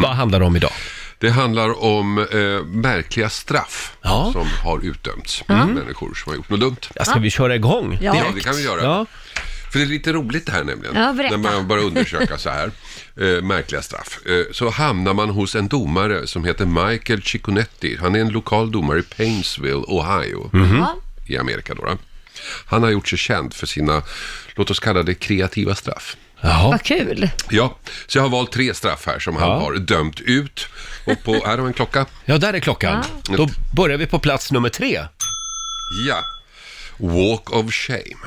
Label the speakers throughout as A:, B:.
A: Vad handlar det om idag?
B: Det handlar om eh, märkliga straff
A: Ja.
B: som har utdömts mot människor som har gjort något dumt.
A: Ja, ska vi köra igång?
C: Ja.
B: Ja, det kan vi göra.
A: Ja.
B: För det är lite roligt det här nämligen.
C: Ja, berätta.
B: när man börjar undersöka så här, eh, märkliga straff. Eh, så hamnar man hos en domare som heter Michael Cicconetti. Han är en lokal domare i Painesville, Ohio,
C: Ja.
B: i Amerika. Då, då. Han har gjort sig känd för sina, låt oss kalla det kreativa straff.
A: Jaha.
C: Vad kul.
B: Ja, så jag har valt tre straff här som han
A: Ja.
B: har dömt ut. Och på, här har vi en klocka.
A: ja, där är klockan. Då börjar vi på plats nummer tre.
B: Ja. Walk of shame.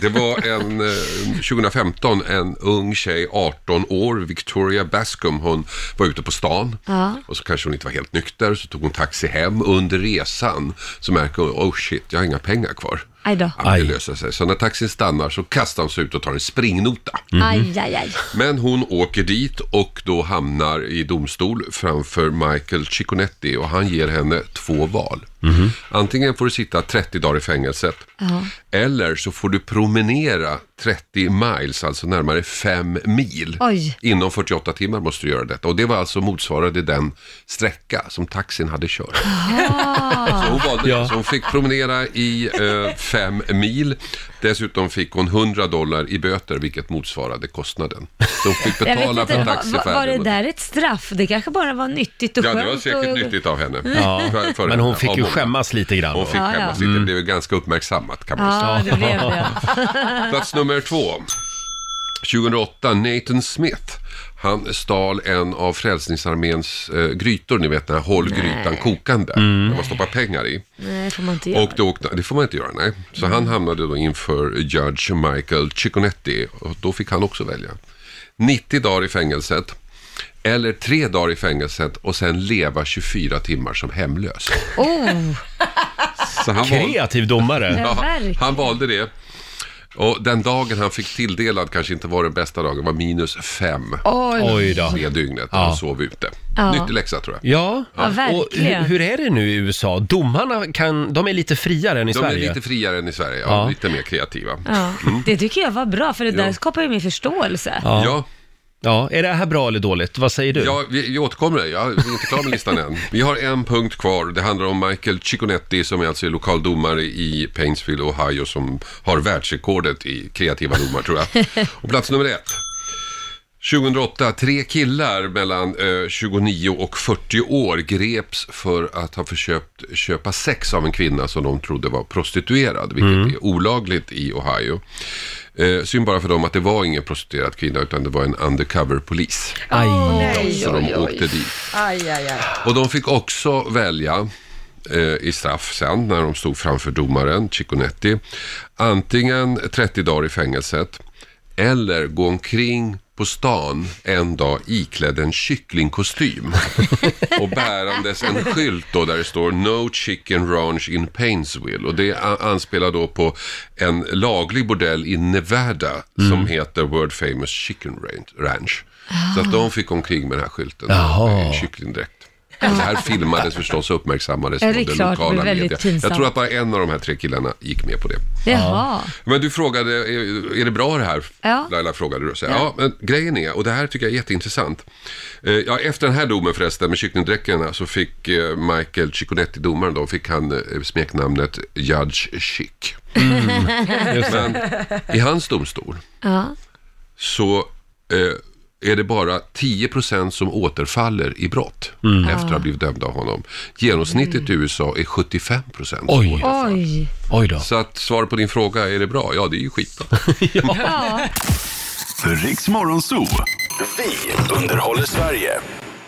B: Det var en, eh, 2015, en ung tjej, 18 år, Victoria Bascom, hon var ute på stan
C: Ja.
B: och så kanske hon inte var helt nykter, så tog hon taxi hem. Under resan så märker hon, oh shit, jag har inga pengar kvar.
C: Aj då.
B: Ja,
A: Aj.
B: det löser sig. Så när taxin stannar så kastar hon sig ut och tar en springnota.
C: Aj, aj, aj.
B: Men hon åker dit och då hamnar i domstol framför Michael Cicconetti och han ger henne två val. Antingen får du sitta 30 dagar i fängelset eller så får du promenera 30 miles, alltså närmare 5 mil.
C: Oj.
B: Inom 48 timmar måste du göra detta och det var alltså motsvarade den sträcka som taxin hade kört. Så hon valde
A: Ja.
B: det. Så hon fick promenera i eh, fem mil. Dessutom fick hon 100 dollar i böter, vilket motsvarade kostnaden. Så hon fick
C: Jag vet
B: betala
C: inte,
B: för
C: va- va- var det
B: taxifärden.
C: där ett straff? Det kanske bara var nyttigt och
B: Ja,
C: skönt.
B: det var säkert
C: och...
B: nyttigt av henne. För- för
A: Men
B: henne.
A: hon
B: Av
A: fick ju
B: många.
A: skämmas Mm. lite
B: Hon
A: grann.
B: fick
C: Ja, ja.
B: skämmas lite. Det blev ganska uppmärksammat kan man säga.
C: Ja, det blev det.
B: Plats nummer två. 2008, Nathan Smith. Han stal en av Frälsningsarméns eh, grytor, ni vet den här håll grytan kokande.
A: Mm.
B: Där man stoppar pengar i.
C: Nej, får man inte göra.
B: Och då åkte, det får man inte göra, nej. Så han hamnade då inför judge Michael Cicconetti och då fick han också välja. 90 dagar i fängelset eller tre dagar i fängelset och sen leva 24 timmar som hemlös.
C: Oh,
B: Så han, val,
A: Kreativ domare.
C: Ja.
B: ja,
C: verkligen.
B: han valde det. Och den dagen han fick tilldelad kanske inte var den bästa dagen, var minus fem
C: oj.
A: Oj då.
B: det dygnet när
A: Ja.
B: han sov ute.
C: Ja.
B: Nyttig läxa tror jag.
A: Ja,
C: Ja,
A: och hur,
C: verkligen.
A: hur är det nu i USA? Domarna kan, de är lite friare än i
B: De är
A: Sverige.
B: lite friare än i Sverige, ja.
A: Ja.
B: lite mer kreativa.
C: Ja, det tycker jag var bra, för det där
B: Jo.
C: skapar ju mer förståelse.
A: Ja.
B: Mm. ja.
A: Ja, är det här bra eller dåligt? Vad säger du?
B: Ja, vi, vi återkommer. Jag är inte klar med listan än. Vi har en punkt kvar. Det handlar om Michael Cicconetti som är alltså lokal domare i Painesville, Ohio som har världsrekordet i kreativa domar tror jag. Och plats nummer ett. 2008, tre killar mellan eh, 29 och 40 år greps för att ha försökt köpa sex av en kvinna som de trodde var prostituerad, vilket är olagligt i Ohio. Eh, synd bara för dem att det var ingen prostituerad kvinna utan det var en undercover-polis.
A: Aj.
B: Så de åkte dit.
D: Aj, aj, aj.
B: Och de fick också välja eh, i straff sen när de stod framför domaren Cicconetti. Antingen 30 dagar i fängelset eller gå omkring på stan en dag iklädd en kycklingkostym och bärandes en skylt då där det står No Chicken Ranch in Painesville och det a- anspelar då på en laglig bordell i Nevada som heter World Famous Chicken Ran- Ranch. Så att de fick omkring med den här skylten
A: Jaha.
B: i kycklingdräkt. Det här filmades förstås och uppmärksammades
C: Ja,
B: av
C: det är
B: den
C: klart, det
B: lokala
C: blir väldigt
B: media. Jag
C: pinsamt.
B: tror att bara en av de här tre killarna gick med på det.
C: Jaha.
B: Men du frågade, är, är det bra det här?
C: Ja.
B: Laila frågade du. Så, ja. ja, men grejen är, och det här tycker jag är jätteintressant. Eh, ja, efter den här domen förresten med kycklingdräkterna så fick eh, Michael Cicconetti, domaren då, fick han eh, smeknamnet Judge Chic. Men i hans domstol
C: Ja.
B: så eh, är det bara 10% som återfaller i brott efter att ha blivit dömda av honom. Genomsnittet
C: Mm.
B: i USA är 75% som
A: Oj.
B: återfaller.
C: Oj.
A: Oj då.
B: Så att svar på din fråga, är det bra? Ja, det är ju skitbra.
C: Ja.
E: Riks Morgonzoo. Vi underhåller Sverige.